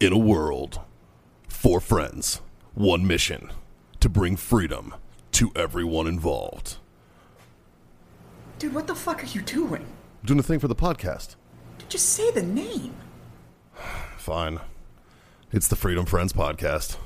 In a world, four friends, one mission to bring freedom to everyone involved. Dude, what the fuck are you doing? Doing a thing for the podcast. Just say the name. Fine. It's the Freedom Friends podcast.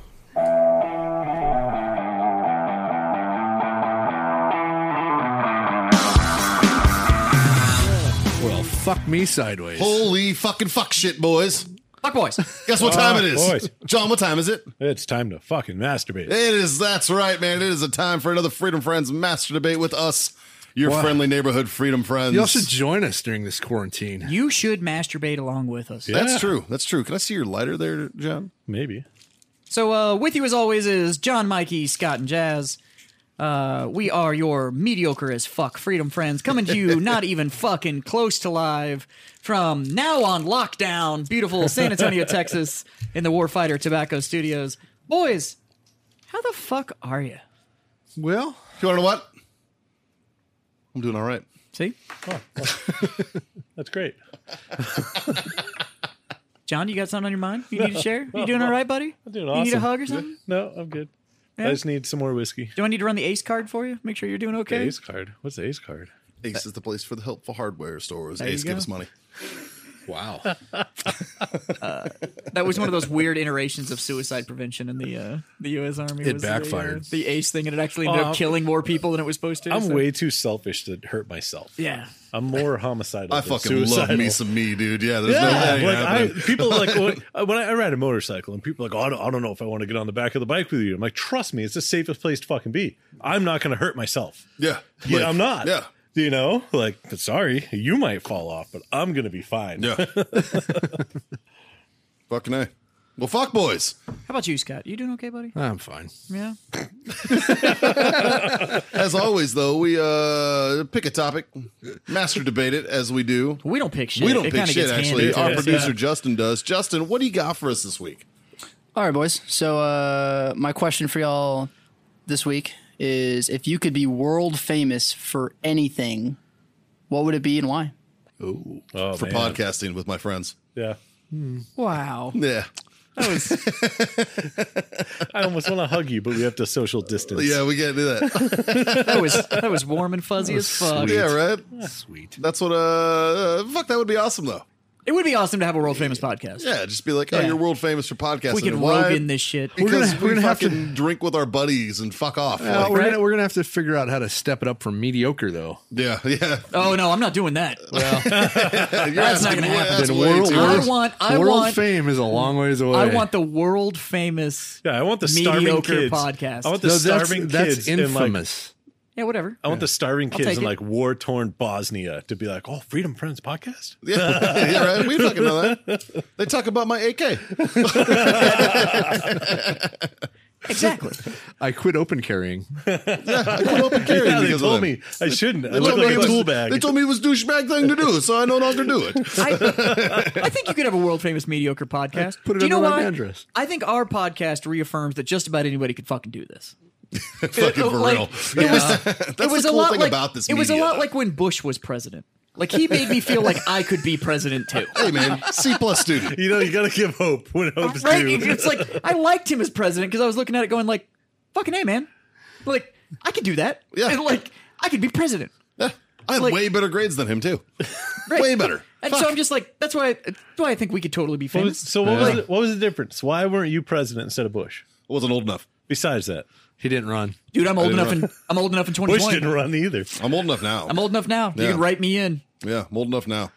Well, fuck me sideways. Holy fucking fuck shit, boys. Fuck boys. Guess what time it Fuck, is? Ah, boys. John, what time is it? It's time to fucking masturbate. It is, that's right, man. It is a time for another Freedom Friends master debate with us, your Wow. friendly neighborhood Freedom Friends. Y'all should join us during this quarantine. You should masturbate along with us. that's Yeah. true. That's true. Can I see your lighter there, John? Maybe. So, uh, with you as always is John, Mikey, Scott, and Jazz. Uh, we are your mediocre as fuck freedom friends coming to you, not even fucking close to live, from now on lockdown, beautiful San Antonio, Texas, in the Warfighter Tobacco Studios. Boys, how the fuck are you? Well, You want to know what? I'm doing all right. See, that's great. John, you got something on your mind? You need to share? You doing all right, buddy? I'm doing you awesome. need a hug or something? No, I'm good. I just need some more whiskey. Do I need to run the ace card for you? Make sure you're doing okay. Ace card. What's the ace card? Ace is the place for the helpful hardware stores. you Ace, give go. us money. Wow. That was one of those weird iterations of suicide prevention in the uh, the U.S. Army. It was the, uh, backfired. The, ACE thing, and it actually ended Um, up killing more people than it was supposed to. I'm so- way too selfish to hurt myself. Yeah. I'm more homicidal. I than fucking suicidal. love me some me, dude. Yeah, there's Yeah, no that ain't like I, happening. people like when uh, when I, I ride a motorcycle and people are like, oh, I, don't, I don't know if I want to get on the back of the bike with you. I'm like, trust me, it's the safest place to fucking be. I'm not going to hurt myself. yeah, But like, I'm not. Yeah, You know, like, sorry, you might fall off, but I'm going to be fine. yeah. fucking a. Well, fuck boys. How about you, Scott? You doing okay, buddy? I'm fine. Yeah. As always, though, we uh pick a topic, master debate it as we do. We don't pick shit. We don't It pick kinda shit. gets Actually, handed to our us, producer yeah. Justin does. Justin, what do you got for us this week? All right, boys. So, uh, my question for y'all this week is if you could be world famous for anything, what would it be and why? Oh, For man. podcasting with my friends. Yeah. Wow. Yeah, I almost want to hug you, but we have to social distance. yeah, we can't do that. That was that was warm and fuzzy as fuck. yeah, right. Sweet. That's what. Uh, fuck, that would be awesome though. It would be awesome to have a world famous podcast. Yeah, just be like, oh, Yeah. you're world famous for podcasting. We could And why? rogue in this shit. We're gonna- Because we're we gonna have to- fucking drink with our buddies and fuck off. Uh, Like, we're, right? gonna, we're gonna have to figure out how to step it up from mediocre, though. yeah, yeah. Oh no, I'm not doing that. That's not gonna happen. That's Then way world- too I much. world- want I World want fame is a long ways away. I want the world famous Yeah, I want the starving mediocre kids. podcast. I want the No, that's, starving that's kids in like infamous. yeah, whatever. I want the starving take kids in it. like war torn Bosnia to be like, oh, Freedom Friends podcast? yeah, yeah, right. We fucking know that. They talk about my AK. Exactly. I quit open carrying. I quit open carry Yeah, they because of told them. me I shouldn't. I They look told me like it a was- tool bag. They told me it was douchebag thing to do, so I no longer do it. I, I think you could have a world famous mediocre podcast. put it Do you know under my why? mattress. I think our podcast reaffirms that just about anybody could fucking do this. fucking for like, real. it was- That's it was the a cool lot thing like about this. it was a media. lot like when Bush was president. Like he made me feel like I could be president too. hey man, C plus student. You know, you got to give hope when hope's Right? due. It's like I liked him as president because I was looking at it going like, "Fucking a man, like I could do that. Yeah. And, like I could be president." Yeah, I had Like- way better grades than him too. Right. Way better. And so I'm just like, that's why. That's why I think we could totally be What famous. was- so what was, the, what was the difference? Why weren't you president instead of Bush? I wasn't old enough. Besides that, He didn't run. Dude, I'm old didn't enough, run. and I'm old enough in Bush didn't 2020. run either. I'm old enough now. I'm old enough now. Yeah. You can write me in. yeah, I'm old enough now.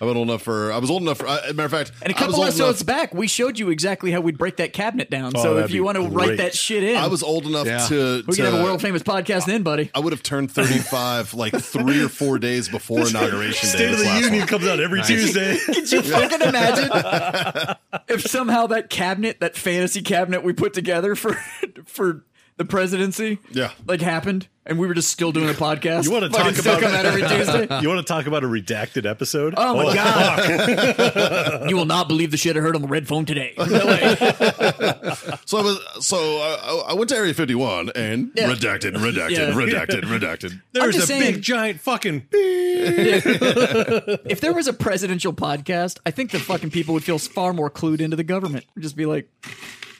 I've been old enough for. I was old enough for. I, matter of fact, And a I was couple old episodes enough- back, we showed you exactly how we'd break that cabinet down. Oh, so that'd if you be want to great. write that shit in, I was uh, old enough Yeah. to. we to can have a world famous podcast then, buddy. I would have turned 35 like three or four days before inauguration day. State of this the last Union one. comes out every Tuesday. Could you fucking imagine if somehow that cabinet, that fantasy cabinet we put together for for the presidency, Yeah. like happened? and we were just still doing a podcast. You wanna Fucking talk still about- come out every Tuesday? You want to talk about a redacted episode? Oh my God. You will not believe the shit I heard on the red phone today. No way. So I was, so I, I went to Area 51 and Yeah. redacted, redacted, Yeah. redacted, redacted. There's a just saying- big giant fucking if there was a presidential podcast, I think the fucking people would feel far more clued into the government. Just be like,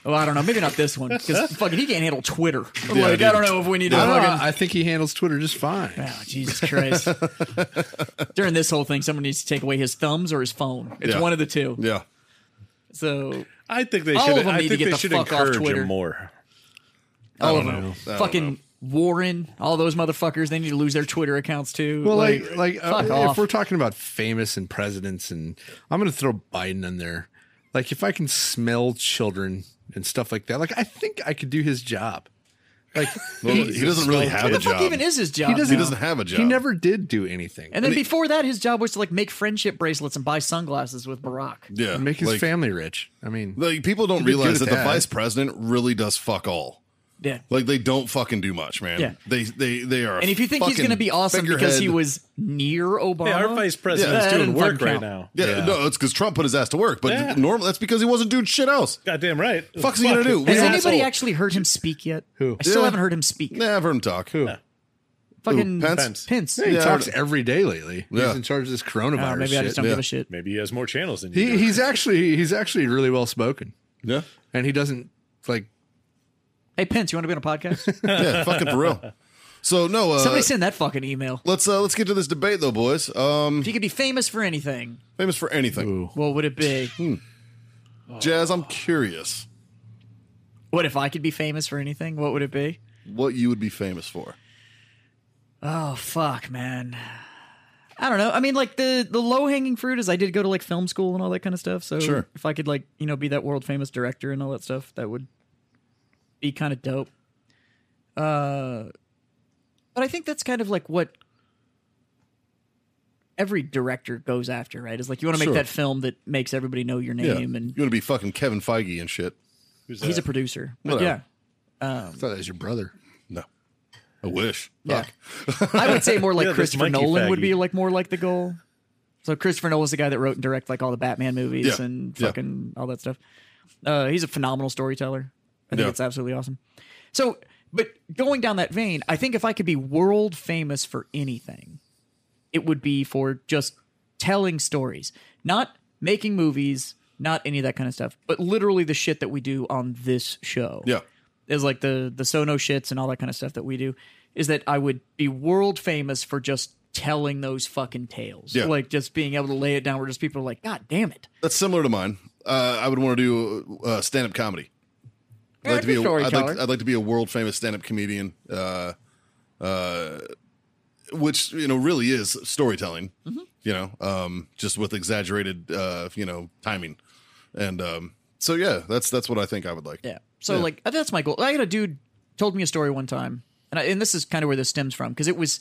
oh, I don't know, maybe not this one because fucking he can't handle Twitter. like, I dude. don't know if we need to I, don't know, fucking. I think he handles Twitter just fine. Oh, Jesus Christ. During this whole thing, someone needs to take away his thumbs or his phone. It's Yeah. one of the two. Yeah. So I think they All should of 'em I need to think get they the should fuck off encourage Twitter. him more. all of don't them. know. I don't Fucking Warren, all those motherfuckers, they need to lose their Twitter accounts too. Well, like, like, fuck uh, off. if we're talking about famous and presidents, and I'm going to throw Biden in there. Like, if I can smell children and stuff like that, like, I think I could do his job. Like, Well, he, doesn't really have a what the job. fuck even is his job? he doesn't, He now? doesn't have a job. He never did do anything. And then before that, his job was to like make friendship bracelets and buy sunglasses with Barack. yeah. make his like, family rich. I mean, Like people don't He'd be good realize that, at the that. vice president really does fuck all. Yeah. Like they don't fucking do much, man. Yeah. They they they are. And if you think he's fucking going to be awesome because he figurehead- was near Obama, Hey, our vice Uh-huh. president's Yeah, that doing didn't work fucking right count. now. Yeah, no, it's because Trump put his ass to work, but Yeah. normal that's because he wasn't doing shit else. Goddamn right. Fuck's he gonna do? it. We has Yeah. anybody Asshole. actually heard him speak yet? Who? I still Yeah. haven't heard him speak. Nah, I've heard him talk. Who? Fucking Pence? Pence. Pence. he Yeah. talks every day lately. Yeah. He's in charge of this I coronavirus. don't know, Ah, maybe I shit. just don't give Yeah. a shit. Maybe he has more channels than you. He, he's actually he's actually really well spoken, Yeah. and he doesn't like. Hey Pence, you want to be on a podcast? Yeah, fucking for real. So no, uh, Somebody send that fucking email. let's uh, let's get to this debate though, boys. Um, If you could be famous for anything, famous for anything, what would it be? Jazz. I'm curious what if I could be famous for anything? What would it be? what you would be famous for. Oh fuck, man. I don't know. I mean, like the the low hanging fruit is I did go to like film school and all that kind of stuff. So Sure. if I could like you know be that world famous director and all that stuff, that would be kind of dope. Uh, but I think that's kind of like what every director goes after, right? Is like you want to make Sure. that film that makes everybody know your Yeah, name, you and want to be fucking Kevin Feige and shit. he's a producer. But Whatever. yeah, I thought that was your brother. No, I wish. Yeah. Fuck. I would say more like Yeah, this Christopher Mikey Nolan would faggy. be like more like the goal. So Christopher Nolan's the guy that wrote and directed like all the Batman movies Yeah, and yeah. fucking all that stuff. Uh, he's a phenomenal storyteller. I think Yeah. it's absolutely awesome. So, but going down that vein, I think if I could be world famous for anything, it would be for just telling stories, not making movies, not any of that kind of stuff, but literally the shit that we do on this show Yeah. is like the the Sono shits and all that kind of stuff that we do, is that I would be world famous for just telling those fucking tales. Yeah. Like just being able to lay it down where just people are like, God damn it. That's similar to mine. Uh, I would want to do uh, stand up comedy. I'd like, to be a, I'd, like, I'd like to be a world famous stand up comedian, uh, uh, which you know really is storytelling. Mm-hmm. You know, um, just with exaggerated uh, you know timing, and um, so yeah, that's that's what I think I would like. Yeah. So like that's my goal. I had a dude told me a story one time, and I, and this is kind of where this stems from because it was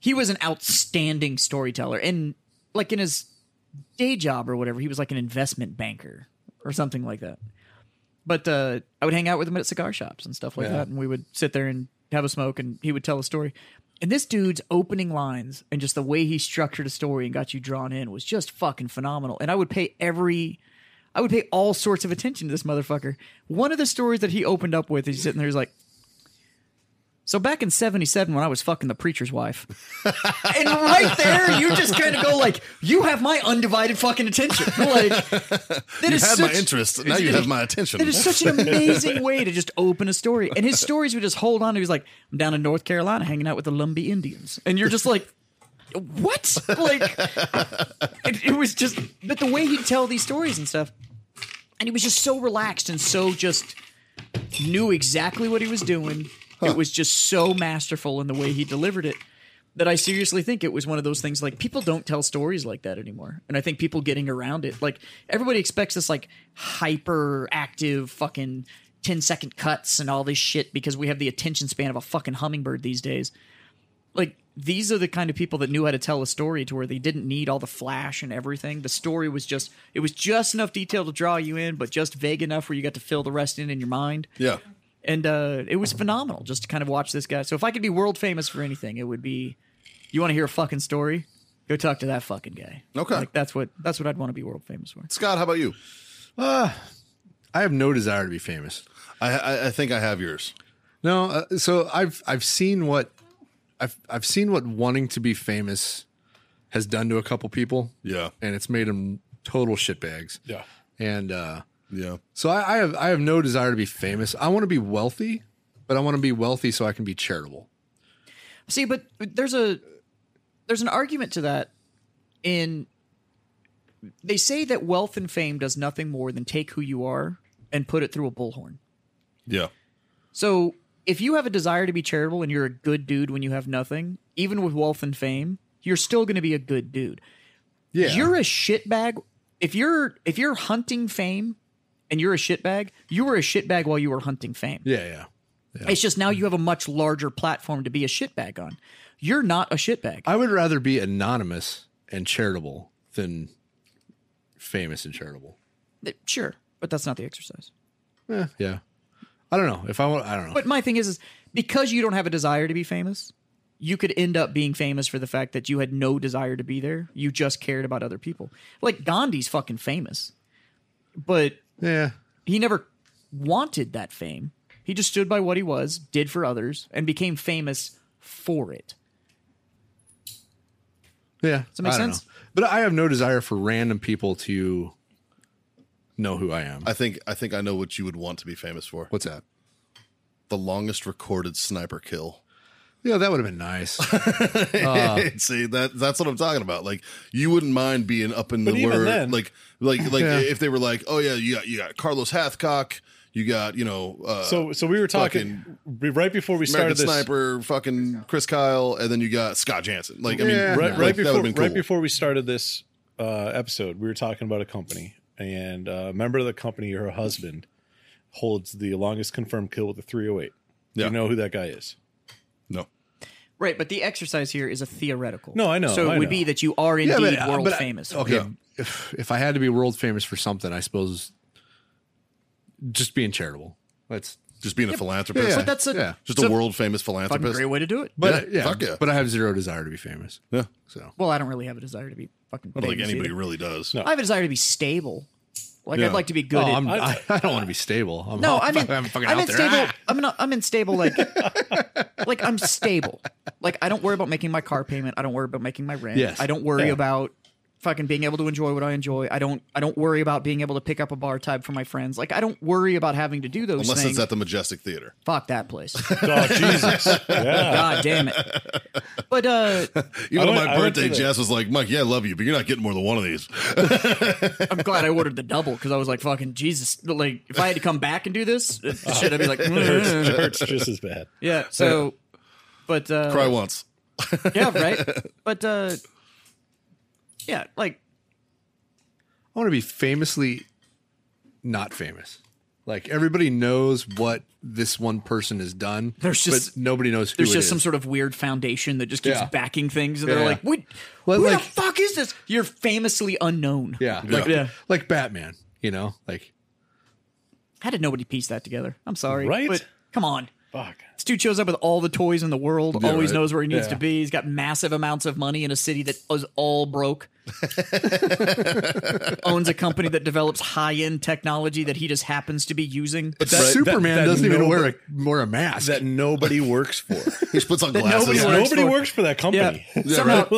he was an outstanding storyteller, and like in his day job or whatever, he was like an investment banker or something like that. But uh, I would hang out with him at cigar shops and stuff like that, and we would sit there and have a smoke, and he would tell a story. And this dude's opening lines and just the way he structured a story and got you drawn in was just fucking phenomenal. And I would pay every I would pay all sorts of attention to this motherfucker. One of the stories that he opened up with, he's sitting there, he's like, so back in 77 when I was fucking the preacher's wife. and right there, you just kind of go like, you have my undivided fucking attention. Like, that You is had my such- interest. Now you it- have my attention. That is such an amazing way to just open a story. And his stories would just hold on. He was like, I'm down in North Carolina hanging out with the Lumbee Indians. And you're just like, what? Like, it, it was just, but the way he'd tell these stories and stuff, and he was just so relaxed and so just knew exactly what he was doing. It was just so masterful in the way he delivered it that I seriously think it was one of those things like people don't tell stories like that anymore. And I think people getting around it, like everybody expects this like hyper active fucking 10 second cuts and all this shit because we have the attention span of a fucking hummingbird these days. Like these are the kind of people that knew how to tell a story to where they didn't need all the flash and everything. The story was just it was just enough detail to draw you in, but just vague enough where you got to fill the rest in in your mind yeah, and uh, it was phenomenal just to kind of watch this guy. So if I could be world famous for anything, it would be. You want to hear a fucking story? Go talk to that fucking guy. Okay. like that's what that's what I'd want to be world famous for. Scott, how about you? I have no desire to be famous. I, I, I think I have yours. No, uh, so I've I've seen what I've I've seen what wanting to be famous has done to a couple people, Yeah. and it's made them total shitbags. Yeah. And uh, Yeah. so I, I have I have no desire to be famous. I want to be wealthy, but I want to be wealthy so I can be charitable. See, but there's a there's an argument to that in they say that wealth and fame does nothing more than take who you are and put it through a bullhorn. Yeah. So if you have a desire to be charitable and you're a good dude when you have nothing, even with wealth and fame, you're still going to be a good dude. Yeah, You're a shitbag. If you're if you're hunting fame and you're a shitbag, you were a shitbag while you were hunting fame. yeah, yeah. It's just now you have a much larger platform to be a shitbag on. You're not a shitbag. I would rather be anonymous and charitable than famous and charitable. Th- Sure, but that's not the exercise. Eh, yeah, I don't know if I want. I don't know. But my thing is, is because you don't have a desire to be famous, you could end up being famous for the fact that you had no desire to be there. You just cared about other people. Like Gandhi's fucking famous, but yeah, he never wanted that fame. He just stood by what he was, did for others, and became famous for it. Yeah. Does that make I don't sense? know. But I have no desire for random people to know who I am. I think I think I know what you would want to be famous for. What's that? The longest recorded sniper kill. Yeah, that would have been nice. See that that's what I'm talking about. Like you wouldn't mind being up in the But even word, then- like like like Yeah. if they were like, oh yeah, you got you got Carlos Hathcock, you got you know, uh, So so we were talking we- right before we American started this. Sniper, fucking Chris Kyle, and then you got Scott Jansen. Like I mean, Yeah. right, like, right that before would have been cool. right before we started this uh, episode, we were talking about a company, and uh, a member of the company, her husband, holds the longest confirmed kill with a 308. Yeah. You know who that guy is? no, Right, but the exercise here is a theoretical. No, I know, So it I would know. be that you are yeah, indeed world I- famous. uh, okay. Yeah. If, if I had to be world famous for something, I suppose just being charitable. That's just being a philanthropist, Yeah. But that's a Yeah. just a world famous fucking philanthropist. great way to do it. but Yeah, yeah, fuck yeah. but I have zero desire to be famous. Yeah, So Well, I don't really have a desire to be fucking not famous like anybody either. really does. I have a desire to be stable. Like Yeah. I'd like to be good. Oh, at, I'm, I, I don't want to be stable. I'm, no, I'm, I mean, Oh, I'm fucking I'm out in there. stable. Ah! I'm not. I'm in stable. Like, like I'm stable. Like I don't worry about making my car payment. I don't worry about making my rent. Yes. I don't worry Yeah. about fucking being able to enjoy what I enjoy. I don't. I don't worry about being able to pick up a bar tab for my friends. Like I don't worry about having to do those Unless things. it's at the Majestic Theater. Fuck that place. Oh Jesus! Yeah. God damn it. But uh, Even I on went- my I went birthday, to the- Jess was like, "Mike, yeah, I love you, but you're not getting more than one of these." I'm glad I ordered the double because I was like, fucking Jesus. Like if I had to come back and do this, uh, shit, I'd be like, "Mm." It hurts, it hurts just as bad. yeah. So, but uh, Cry once. yeah, right. But uh, yeah, like I want to be famously not famous. Like everybody knows what this one person has done. There's just- but nobody knows who there's it just some is. sort of weird foundation that just keeps Yeah. backing things, and they're Yeah. like, what? Well, who like- the fuck is this? You're famously unknown. Yeah, like Yeah. like Batman. You know, like How did nobody piece that together? I'm sorry, Right? But come on. Fuck. This dude shows up with all the toys in the world, always right. knows where he needs Yeah. to be. He's got massive amounts of money in a city that is all broke. Owns a company that develops high end technology that he just happens to be using. that- that- Superman that doesn't even nobo- wear a wear a mask. That nobody works for. He just puts on glasses. nobody works nobody for. works for Yeah. that company. Somehow,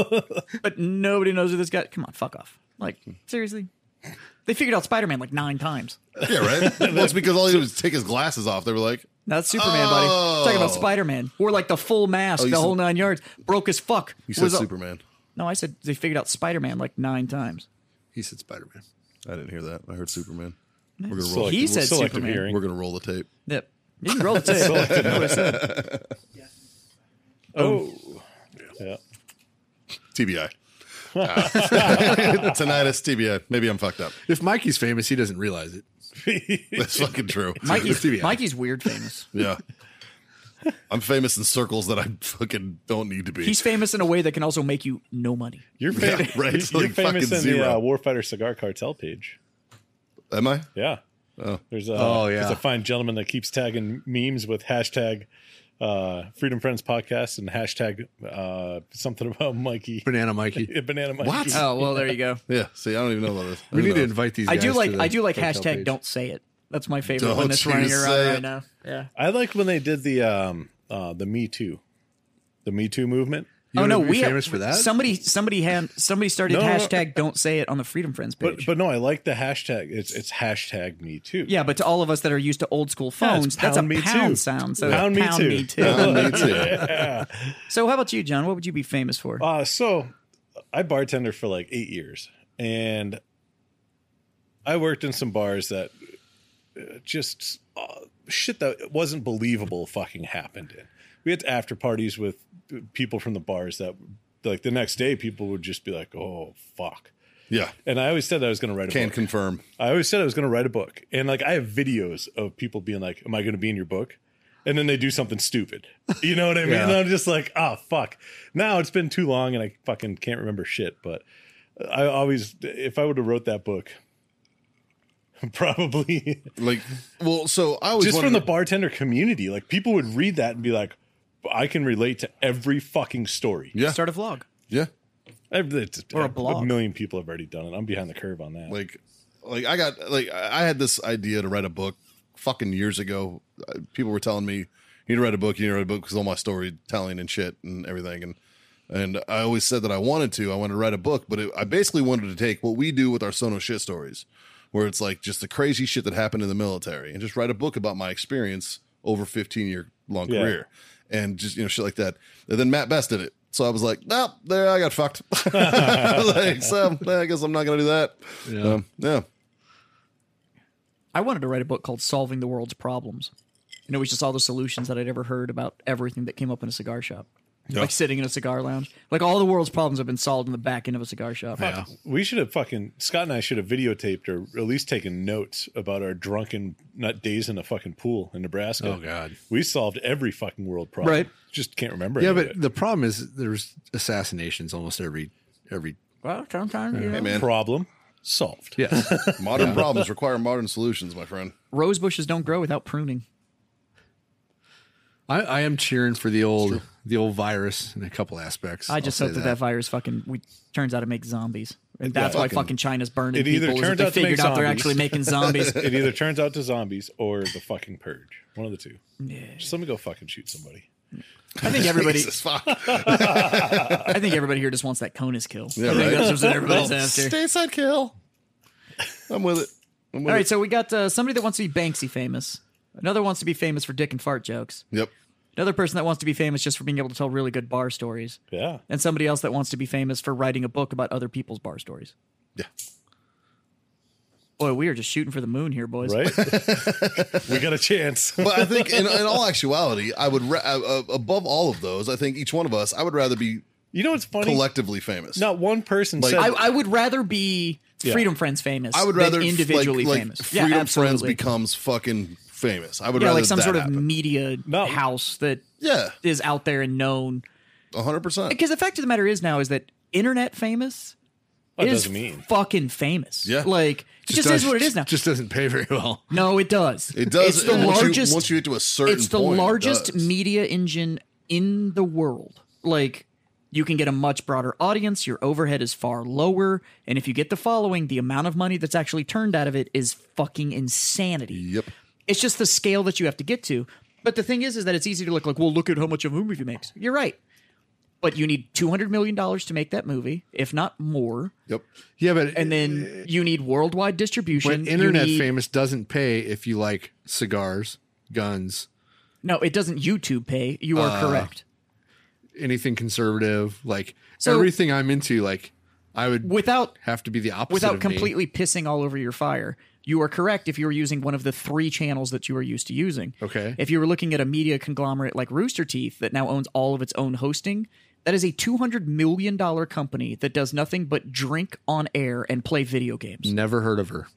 but nobody knows who this guy. Come on, fuck off. Like seriously, they figured out Spider Man like nine times. Yeah, right. Well, it's because all he did was take his glasses off. They were like, Not Superman, buddy. Oh. Talking about Spider Man, wore like the full mask, you the whole said- nine yards. Broke as fuck. "You said Was a- Superman." No, I said they figured out Spider Man like nine times. he said Spider Man. I didn't hear that. I heard Superman. We're gonna roll. Selective- He said selective Superman. hearing. We're gonna roll the tape. Yep. You can roll the tape. Oh. Yeah. TBI. Tinnitus, TBI. Maybe I'm fucked up. If Mikey's famous, he doesn't realize it. That's fucking true. Mikey's, TBI. Mikey's weird famous. Yeah. I'm famous in circles that I fucking don't need to be. He's famous in a way that can also make you no money. You're, fam- Yeah, right, you're, like famous uh, fucking in the zero. uh, Warfighter Cigar Cartel page. Am I? Yeah. There's a, Oh, yeah. there's a fine gentleman that keeps tagging memes with hashtag uh, Freedom Friends podcast and hashtag uh, something about Mikey. Banana Mikey. Banana Mikey. What? Oh well, there you go. Yeah. See, I don't even know about this. We Who need to knows? invite these. I do guys to like the I do like PayPal hashtag page. don't say it. That's my favorite one Don't that's you running around say right it. now. Yeah. I like when they did the um, uh, the Me Too, the Me Too movement. You oh wanna no, be we famous for that. Somebody somebody had somebody started No, no, no. hashtag don't say it on the Freedom Friends page. But but no, I like the hashtag. It's it's hashtag Me Too. yeah, but to all of us that are used to old school Yeah, it's phones, that's a pound Me pound Too. sound. So Pound pound, Me Too. me too. Me too. so how about you, John? What would you be famous for? Uh, so I bartender for like eight years, and I worked in some bars that uh, just uh, shit that wasn't believable fucking happened in. We had after parties with people from the bars that, like, the next day people would just be like, "Oh fuck." Yeah. And I always said I was going to write a Can book. confirm. I always said I was going to write a book, and like I have videos of people being like, "Am I going to be in your book?" And then they do something stupid. You know what I mean? Yeah. And I'm just like, "Oh fuck!" Now it's been too long, and I fucking can't remember shit. But I always, if I would have wrote that book, probably Like, well, so I always just from wanted- the bartender community, like people would read that and be like, "I can relate to every fucking story." yeah, Start a vlog. yeah. I've, it's, Or a blog. million people have already done it. I'm behind the curve on that. like like i got like i had this idea to write a book fucking years ago Uh, people were telling me you need to write a book you need to write a book because all my storytelling and shit and everything and and i always said that i wanted to i wanted to write a book but it, i basically wanted to take what we do with our sono shit stories where it's like just the crazy shit that happened in the military and just write a book about my experience over 15 year long Yeah. career and just you know shit like that and then matt best did it so i was like nope there i got fucked like so i guess i'm not gonna do that Yeah. um, yeah. I wanted to write a book called Solving the World's Problems. And it was just all the solutions that I'd ever heard about everything that came up in a cigar shop. Like sitting in a cigar lounge. Like all the world's problems have been solved in the back end of a cigar shop. Yeah. We should have fucking Scott and I should have videotaped or at least taken notes about our drunken nut days in a fucking pool in Nebraska. Oh, God. we solved every fucking world problem. Right. just can't remember. Yeah, any but of the problem is there's assassinations almost every every. Well, sometimes, you know. it. man. problem solved. Yeah. Modern problems require modern solutions, my friend. Rose bushes don't grow without pruning. I, I am cheering for the old the old virus in a couple aspects. I just I'll hope say that, that virus fucking we, turns out to make zombies. And that's why fucking- fucking China's burning It either people. is that turns they out to make figured out they're zombies. actually making zombies. It either turns out to zombies or the fucking purge. One of the two. Just let me go fucking shoot somebody. I think everybody. Jesus, fuck. I think everybody here just wants that Conus kill. Yeah, I think right. that's what everybody's after. Stateside kill. I'm with it. I'm with All right, it. so we got uh, somebody that wants to be Banksy famous. Another wants to be famous for dick and fart jokes. Yep. Another person that wants to be famous just for being able to tell really good bar stories. Yeah. And somebody else that wants to be famous for writing a book about other people's bar stories. Yeah. Boy, we are just shooting for the moon here, boys. Right? we got a chance. But I think, in, in all actuality, I would ra- uh, uh, above all of those. I think each one of us, I would rather be You know what's funny? collectively famous. Not one person said I, I would rather be Yeah. Freedom Friends famous. I would than rather f- individually like, famous. Like Yeah, Freedom Friends absolutely. becomes fucking famous. I would yeah, rather like some that sort of happen. media No. house that is yeah, out there and known. hundred percent. Because the fact of the matter is now is that internet famous That is doesn't mean. fucking famous. Yeah. like it just, is does- what it is now. Just doesn't pay very well. no, it does. It does. It's the and once you- largest. once you get to a certain, it's the point, it largest does. media engine in the world. Like you can get a much broader audience. Your overhead is far lower, and if you get the following, the amount of money that's actually turned out of it is fucking insanity. Yep. It's just the scale that you have to get to. But the thing is, is that it's easy to look like, well, look at how much of a movie makes. You're right. But you need two hundred million dollars to make that movie, if not more. Yep. Yeah, but And then you need worldwide distribution. when You internet need- famous doesn't pay if you like cigars, guns, No, it doesn't YouTube pay. You are Uh. correct. anything conservative, like So- everything I'm into, like I would Without have to be the opposite without of me. completely pissing all over your fire. You are correct if you were using one of the three channels that you are used to using. Okay. If you were looking at a media conglomerate like Rooster Teeth that now owns all of its own hosting, that is a $200 million company that does nothing but drink on air and play video games. Never heard of her.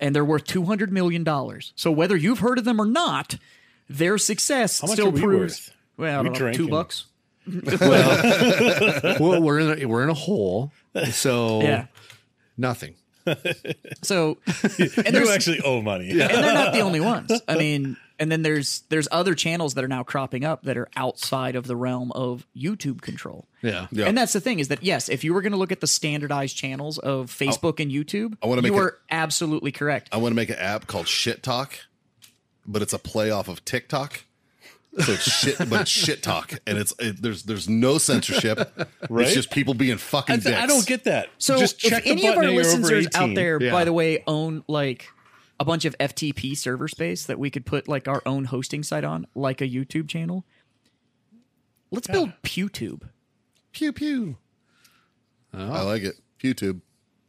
And they're worth $200 million. So whether you've heard of them or not, their success How much still are we proves. worth? Well, I We don't know, drink two and- bucks. well, we're in a, we're in a hole, so Yeah. nothing. So, and you there's, actually owe money. and they're not the only ones. I mean, and then there's there's other channels that are now cropping up that are outside of the realm of YouTube control. Yeah. Yeah. And that's the thing is that yes, if you were going to look at the standardized channels of Facebook and YouTube, I wanna you make Oh, were absolutely correct. I want to make an app called Shit Talk, but it's a play off of TikTok. So it's shit, but it's shit talk, and it's it, there's there's no censorship. Right? It's just people being fucking I, dicks. I don't get that. So just check if any the of button our and you're over listeners 18. out there, Yeah. by the way, own like a bunch of FTP server space that we could put like our own hosting site on, like a YouTube channel. Let's build PewTube pew pew. Oh. I like it. PewTube.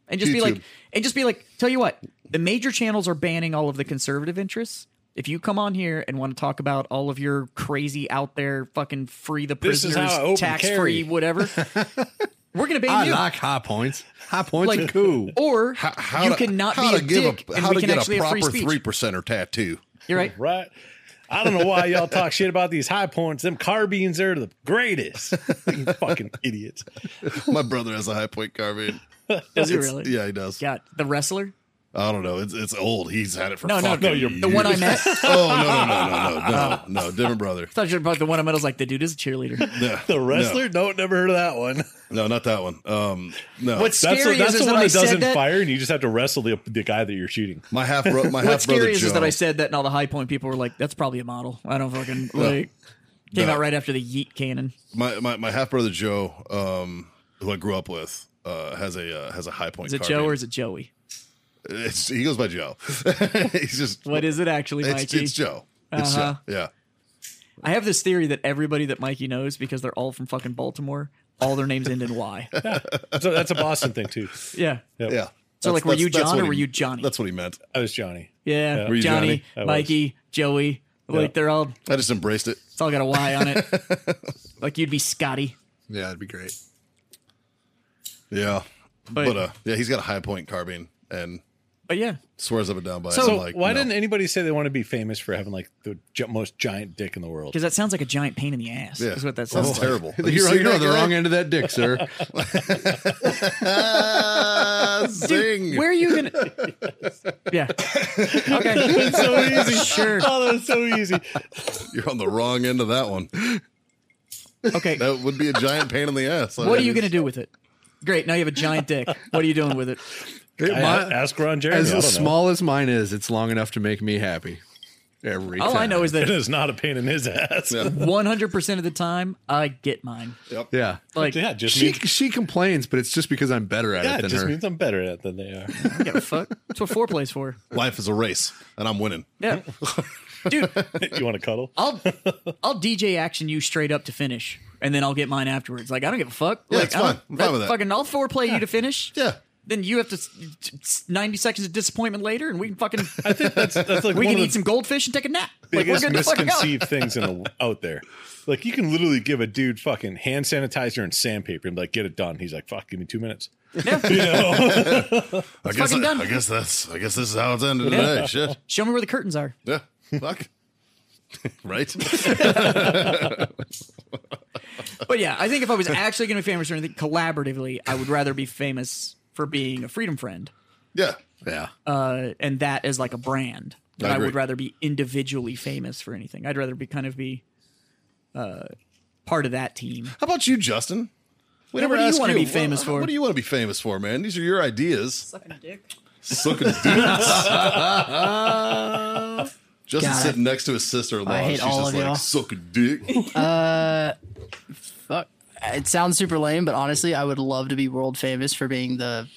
and just be PewTube. like, and just be like, tell you what, the major channels are banning all of the conservative interests. If you come on here and want to talk about all of your crazy out there fucking free the This is prisoners, how I open tax free, carry. whatever, we're gonna ban I you. like high points. High points Like- are cool. Or How, how you to, cannot how be a to give dick a and how we to can get actually a have free proper speech. three percenter tattoo. You're right. right? I don't know why y'all talk shit about these high points. Them carbines are the greatest. You fucking idiots. My brother has a high point carbine. Does he It's- really? Yeah, he does. God, the wrestler? I don't know. It's it's old. He's had it for No, no, fucking no, you're- The one I years. met? I Oh no no no no no no no different brother. thought you were about the one I met. I was like, the dude is a cheerleader. No, The wrestler? No. never heard of that one. No, no not that one. Um, no. What's That's, the scary is, that's the is that one I that said doesn't that. fire, and you just have to wrestle the, the guy that you're shooting. my half bro- my half What's brother scary is, Joe? is that I said that, and all the high point people were like, that's probably a model. I don't fucking like. Came no. out right after the Yeet cannon. my my, my half brother Joe, um, who I grew up with, uh, has a uh, has a high point. Is it carbine. Joe or is it Joey? It's, he goes by Joe. He's just What is it actually, it's, Mikey? it's Joe. It's Uh-huh. Joe. Yeah. I have this theory that everybody that Mikey knows, because they're all from fucking Baltimore, all their names end in Y. So that's a Boston thing, too. Yeah. Yeah. So, like, were you John what or he- were you Johnny? That's what he meant. I was Johnny. Yeah. Were you Johnny, Johnny? I was. Mikey, Joey. Like, Yeah. they're all, I just embraced it. it's all got a Y on it. like, you'd be Scotty. Yeah, that'd be great. Yeah. But- But, uh, yeah, he's got a high point carbine and But yeah. swears up and down by it. So I'm like, Why no. didn't anybody say they want to be famous for having like the gi- most giant dick in the world? Because that sounds like a giant pain in the ass. Yeah. Oh, Is what That's that sounds Oh, like. terrible. Have you You're, seen you're that on the guy? wrong end of that dick, sir. Ah, zing. Where are you gonna? yeah. Okay. It's so easy. Sure. Oh, that's so easy. You're on the wrong end of that one. Okay. That would be a giant pain in the ass. I What are mean, you gonna do with it? Great. Now you have a giant dick. What are you doing with it? It- I- my- ask Ron Jeremy. I as don't know. small as mine is, it's long enough to make me happy. Every All I time. know is It that is not a pain in his ass. Yeah. 100 percent of the time I get mine. yeah. Like Yeah, just She means, she complains, but it's just because I'm better at yeah, it it than just her. means I'm better at it than they are. I don't give a fuck. That's what foreplay's for. Life is a race, and I'm winning. Yeah. Dude, you want to cuddle? I'll I'll DJ action you straight up to finish, and then I'll get mine afterwards. Like I don't give a fuck. Yeah, like, it's I don't- fine. I'm fine with that. Fucking, I'll foreplay you to finish. Yeah. Then you have to s- t- s- 90 seconds of disappointment later, and we can fucking I think that's that's like we can one of eat the some goldfish and take a nap. Like, we're biggest good to fucking go. misconceived things in the, out there. Like you can literally give a dude fucking hand sanitizer and sandpaper and be like get it done. He's like fuck, give me two minutes. I guess, fucking I, done. I guess that's. I guess this is how it's ended today. Shit. Show me where the curtains are. Yeah. Fuck. right. But yeah, I think if I was actually going to be famous or anything collaboratively, I would rather be famous for being a freedom friend, Yeah. yeah. uh, and that is like a brand. Than I I, would agree. rather be individually famous for anything. I'd rather be kind of be uh, part of that team. How about you, Justin? We Yeah, what do you asked wanna be famous what, for? What do you want to be famous for, man? These are your ideas. Sucking dick. Sucking dicks. Justin's God. sitting next to his sister-in-law. I hate She's all just of like y'all. sucking dick. Fuck. It sounds super lame, but honestly, I would love to be world famous for being the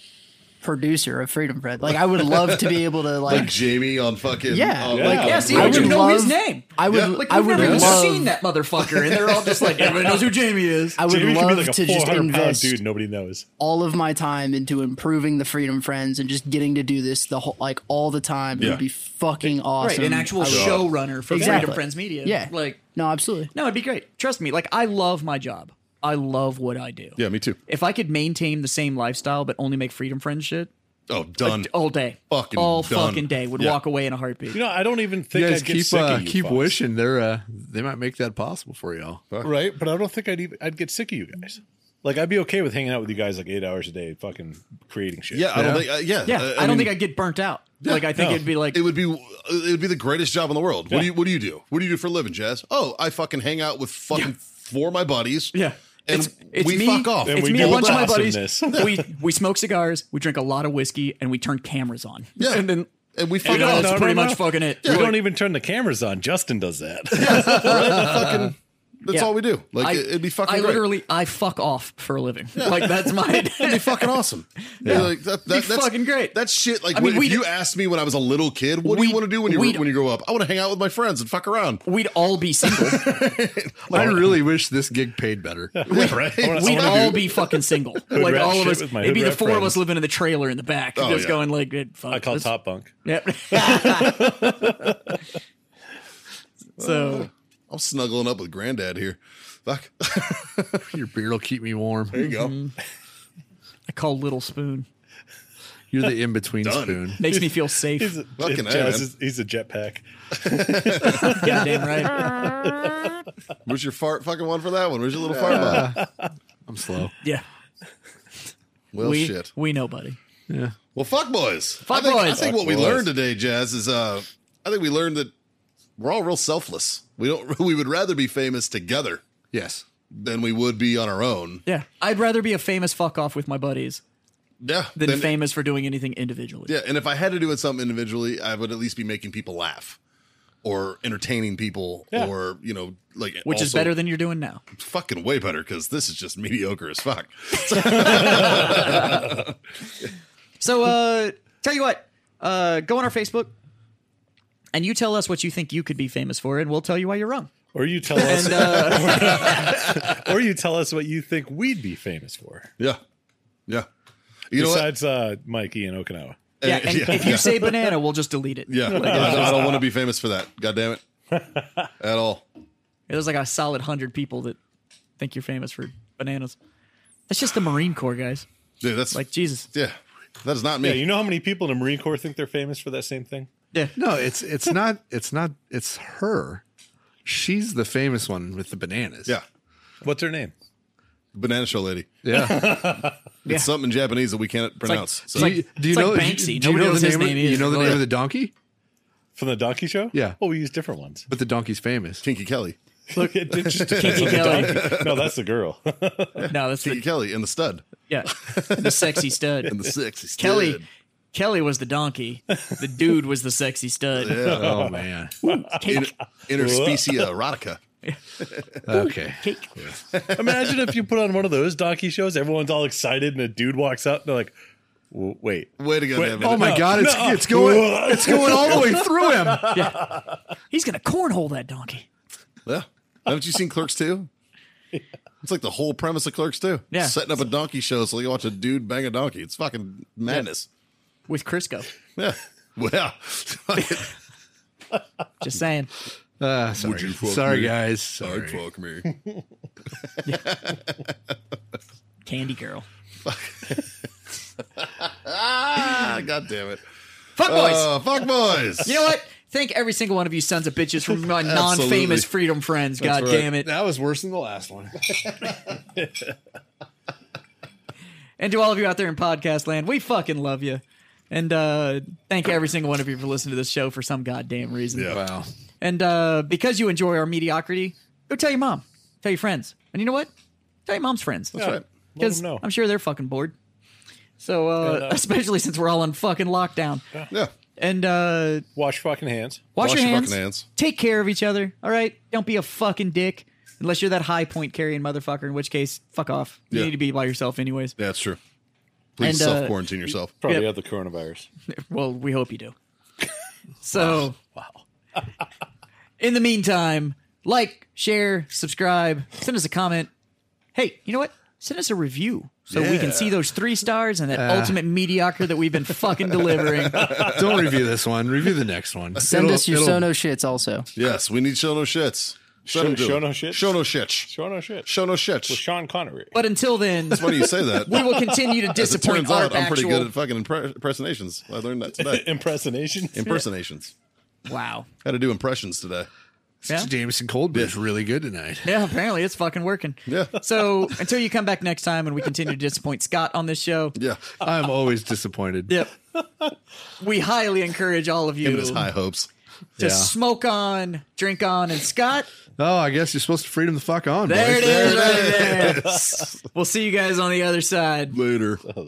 producer of Freedom Bread. Like, I would love to be able to like like. Jamie on fucking. Yeah. on, Yeah. like, uh, Yeah, see, Oh, I I would would know his love- name. I would. Yeah. Like I we've would never even love. seen that motherfucker, and they're all just like, everybody knows who Jamie is. I would Jamie could love be like a to just 400 pound invest dude nobody knows. all of my time into improving the Freedom Friends and just getting to do this the whole like all the time. It Yeah. would be fucking awesome. Right, an actual I would- showrunner for Exactly. Freedom Friends Media. Yeah. like No, absolutely. no, it'd be great. Trust me, like I love my job. I love what I do. Yeah, me too. If I could maintain the same lifestyle but only make Freedom Friends shit Oh, done. all day, Fucking all done. fucking day, would Yeah. walk away in a heartbeat. You know, I don't even think You guys I'd get keep sick uh, of you. keep fucks. wishing they're uh, they might make that possible for y'all. oh. right? But I don't think I'd even I'd get sick of you guys. Like I'd be okay with hanging out with you guys like eight hours a day, fucking creating shit. Yeah, I don't Yeah. think. Uh, yeah, Yeah, I, don't mean, think I'd get burnt out. like I think no. it'd be like It would be uh, it would be the greatest job in the world. What do you What do you do? What do you do for a living, Jazz? Oh, I fucking hang out with fucking four of my buddies. Yeah. and It's- it's we me- fuck off. And it's we me and a do bunch of my buddies. awesomeness. we we smoke cigars, we drink a lot of whiskey, and we turn cameras on. yeah, and then and we fuck and off. that's no, pretty no, much no. fucking it. We Like, don't even turn the cameras on. Justin does that. fucking, that's Yeah. all we do. Like I, it- it'd be fucking. I great. literally I fuck off for a living. Like that's my. That'd be fucking awesome. Yeah. Like, that, that, Be that's fucking great. That's shit. Like, I mean, when, we'd- if you asked me when I was a little kid, what do We'd- you want to do when you we'd- when you grow up? I want to hang out with my friends and fuck around. We'd all be single. I really wish this gig paid better. right? We'd all be fucking single. Like rat all of shit us. with my It'd be hood the rat four of us friends. living in the trailer in the back, Oh, just yeah. going like, eh, fuck. I call this- top bunk. Yep. so I'm snuggling up with granddad here. Fuck. Your beard will keep me warm. There you go. Mm-hmm. I call Little Spoon. You're the in between Done. spoon. Makes me feel safe. He's a, Fucking Jazz A, man. is- he's a jetpack. Goddamn right. Where's your fart fucking one for that one? Where's your little fart one? I'm slow. Yeah. Well, we shit. we know, buddy. Well, fuck boys. Fuck I think, I boys. think Fuck what we boys. learned today, Jazz, is uh, I think we learned that we're all real selfless. We don't. We would rather be famous together Yes. than we would be on our own. Yeah, I'd rather be a famous fuck off with my buddies Yeah. than Then- famous for doing anything individually. Yeah, and if I had to do it something individually, I would at least be making people laugh or entertaining people Yeah. or, you know, like Which is also- better than you're doing now. fucking way better cuz this is just mediocre as fuck. So, uh, tell you what, uh, go on our Facebook and you tell us what you think you could be famous for, and we'll tell you why you're wrong. Or you tell us, And uh, uh, or you tell us what you think we'd be famous for. Yeah. Yeah. You know what? Eh, Besides uh, Mikey in Okinawa. yeah, and yeah, if you yeah. say banana, we'll just delete it. Yeah. I, I don't want to be famous for that. God damn it. At all. There's like a solid hundred people that think you're famous for bananas. That's just the Marine Corps, guys. Dude, that's Like like Jesus. yeah. That is not Yeah, me. you know how many people in the Marine Corps think they're famous for that same thing? Yeah. No, it's it's not it's not it's her. She's the famous one with the bananas. yeah. What's her name? Banana show lady. Yeah. Yeah. It's something in Japanese that we can't pronounce. so like- do you, do you it's know like do Banksy. you Nobody know knows the his name of- name either. You know the Oh, name yeah. of the donkey? From the Donkey Show? Yeah. Oh, we use different ones. But the donkey's famous. Kinky Kelly. Look, it, it just depends on the Kelly. donkey. No, that's the girl. No, that's Kinky the Kelly and the stud. yeah, the sexy stud. And the six. is Kelly stud. Kelly was the donkey. The dude was the sexy stud. Oh man. Cake, Interspecia erotica. Okay. cake. Imagine if you put on one of those donkey shows, everyone's all excited, and a dude walks up, and they're like, "W- "Wait, Way to go, David. Oh my god, it's it's going it's going all the way through him. He's gonna cornhole that donkey. Yeah. Haven't you seen Clerks 2? It's like the whole premise of Clerks 2. Yeah. Setting up a donkey show so you watch a dude bang a donkey. It's fucking madness. with Crisco. Yeah. Well, Just saying. Uh, sorry, you fuck sorry me? guys. Sorry, Sorry. fuck me. Candy girl. Ah, God damn it. Fuck boys. Uh, fuck boys. you know what? Thank every single one of you sons of bitches for my non-famous freedom friends. God right. damn it. That was worse than the last one. And to all of you out there in podcast land, we fucking love you. And uh, thank every single one of you for listening to this show for some goddamn reason. Yeah. Wow. And uh, because you enjoy our mediocrity, go tell your mom, tell your friends, and you know what? Tell your mom's friends. That's right. Let 'em Because know. I'm sure they're fucking bored. So uh, especially since we're all on fucking lockdown. Yeah. And uh, Wash fucking hands. Wash, Wash your, your hands, fucking hands. Take care of each other. All right. Don't be a fucking dick. Unless you're that high point carrying motherfucker, in which case, fuck off. You Yeah. need to be by yourself, anyways. That's true. Please And, uh, self quarantine yourself. Probably Yeah. have the coronavirus. Well, we hope you do. So, wow. in the meantime, like, share, subscribe, send us a comment. Hey, you know what? Send us a review so we Yeah. can Uh. see those three stars and that ultimate mediocre that we've been fucking delivering. Don't review this one. Review the next one. Send It'll- us your it'll- Sono shits also. Yes, we need show no shits. Show- Send 'em to show them. no shits? Show no shits. Show no shit. Show no With shits. Sean Connery. But until then, Why do you say that? we will continue to As it disappoint turns our out, I'm pretty actual- good at fucking impre- impersonations. I learned that today. Impersonation. impersonations. Wow. How to do impressions today. Yeah? Jameson cold beer is really good tonight. Yeah, apparently it's fucking working. Yeah. So until you come back next time and we continue to disappoint Scott on this show, Yeah. I'm always disappointed. yep. We highly encourage all of you Giving us high hopes. to Yeah. smoke on, drink on, and Scott. Oh, I guess you're supposed to freedom the fuck on. There boys. it is, right there. We'll see you guys on the other side. Later. Oh,